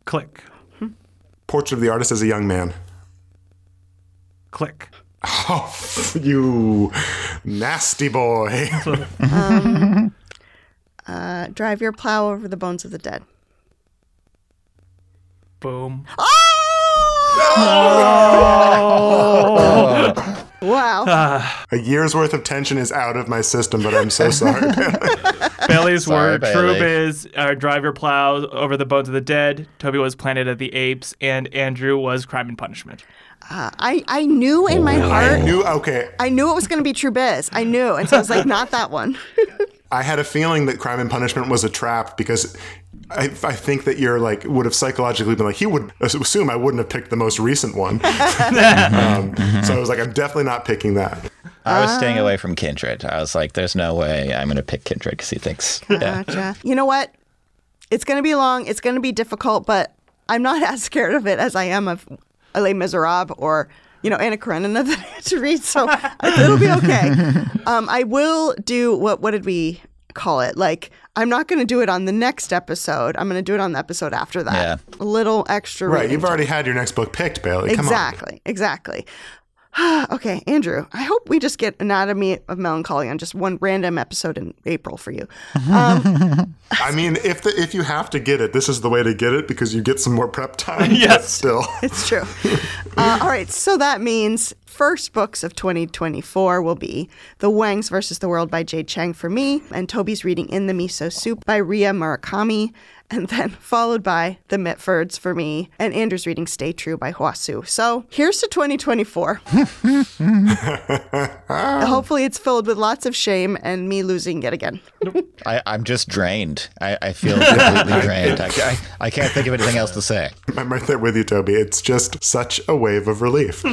D: Click.
C: Portrait of the Artist as a Young Man.
D: Click.
C: Oh, you nasty boy.
A: Uh, Drive your plow over the bones of the dead.
B: <laughs>
D: Boom.
A: <laughs> Wow.
C: A year's worth of tension is out of my system, but I'm so sorry.
D: Bailey's
B: Sorry,
D: word.
B: Bailey.
D: True biz. Our driver plows over the bones of the dead. Toby was Planet of the Apes, and Andrew was Crime and Punishment.
A: I, I knew in my
C: I
A: heart.
C: knew, okay,
A: I knew it was going to be True Biz. I knew. And so I was like, not that one.
C: I had a feeling that Crime and Punishment was a trap because I, I think that you're like, would have psychologically been like, he would assume I wouldn't have picked the most recent one. um, so I was like, I'm definitely not picking that.
B: I was staying away from Kindred. I was like, there's no way I'm gonna pick Kindred because he thinks yeah.
A: Gotcha. You know what? It's going to be long. It's going to be difficult, but I'm not <laughs> as scared of it as I am of Les Miserables or, you know, Anna Karenina that I had to read.
B: <laughs>
A: So it'll be okay. Um, I will do what, what did we call it? Like, I'm not going to do it on the next episode. I'm going to do it on the episode after that.
B: Yeah.
A: A little extra.
C: Right.
A: reading
C: You've already had your next book picked, Bailey. Come
A: exactly. Exactly. <sighs> okay, Andrew, I hope we just get Anatomy of Melancholy on just one random episode in April for you.
C: on. I mean, if the, if you have to get it, this is the way to get it because you get some more prep time. but
D: Yes.
C: Still.
A: <laughs> It's true. uh, all right, so that means first books of 2024 will be The Wangs versus the World by Jade Chang for me, and Toby's reading In the Miso Soup by Ria Murakami, and then <laughs> followed by The Mitfords for me, and Andrew's reading Stay True by Hua Su. So here's to 2024. Hopefully, it's filled with lots of shame and me losing yet again.
B: I, I'm just drained. I, I <laughs> feel completely drained. I, I, I can't think of anything else to say.
C: I'm right there with you, Toby. It's just such a wave of relief.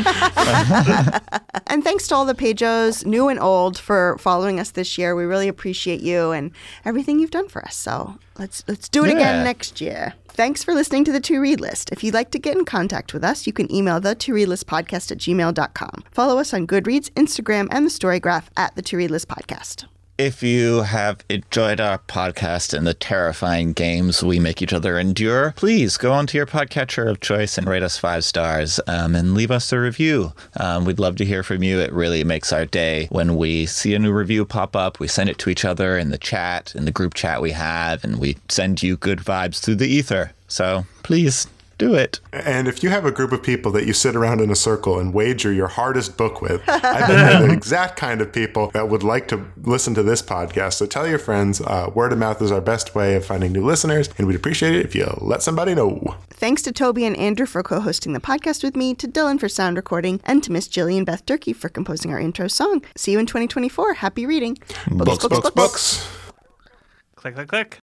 A: And thanks to all the Pejos, new and old, for following us this year. We really appreciate you and everything you've done for us. So let's let's do it again
B: Yeah.
A: next year. Thanks for listening to the To Read List. If you'd like to get in contact with us, you can email the To Read List podcast at gmail.com. Follow us on Goodreads, Instagram, and the Story Graph at the To Read List podcast.
B: If you have enjoyed our podcast and the terrifying games we make each other endure, please go onto your podcatcher of choice and rate us five stars um, and leave us a review. Um, we'd love to hear from you. It really makes our day when we see a new review pop up. We send it to each other in the chat, in the group chat we have, and we send you good vibes through the ether. So please do it.
C: And if you have a group of people that you sit around in a circle and wager your hardest book with, I bet they're the exact kind of people that would like to listen to this podcast. So tell your friends. Uh, word of mouth is our best way of finding new listeners, and we'd appreciate it if you let somebody know.
A: Thanks to Toby and Andrew for co hosting the podcast with me, to Dylan for sound recording, and to Miss Jillian Beth Durkee for composing our intro song. See you in 2024. Happy reading.
C: books, books. books.
D: Click, click, click.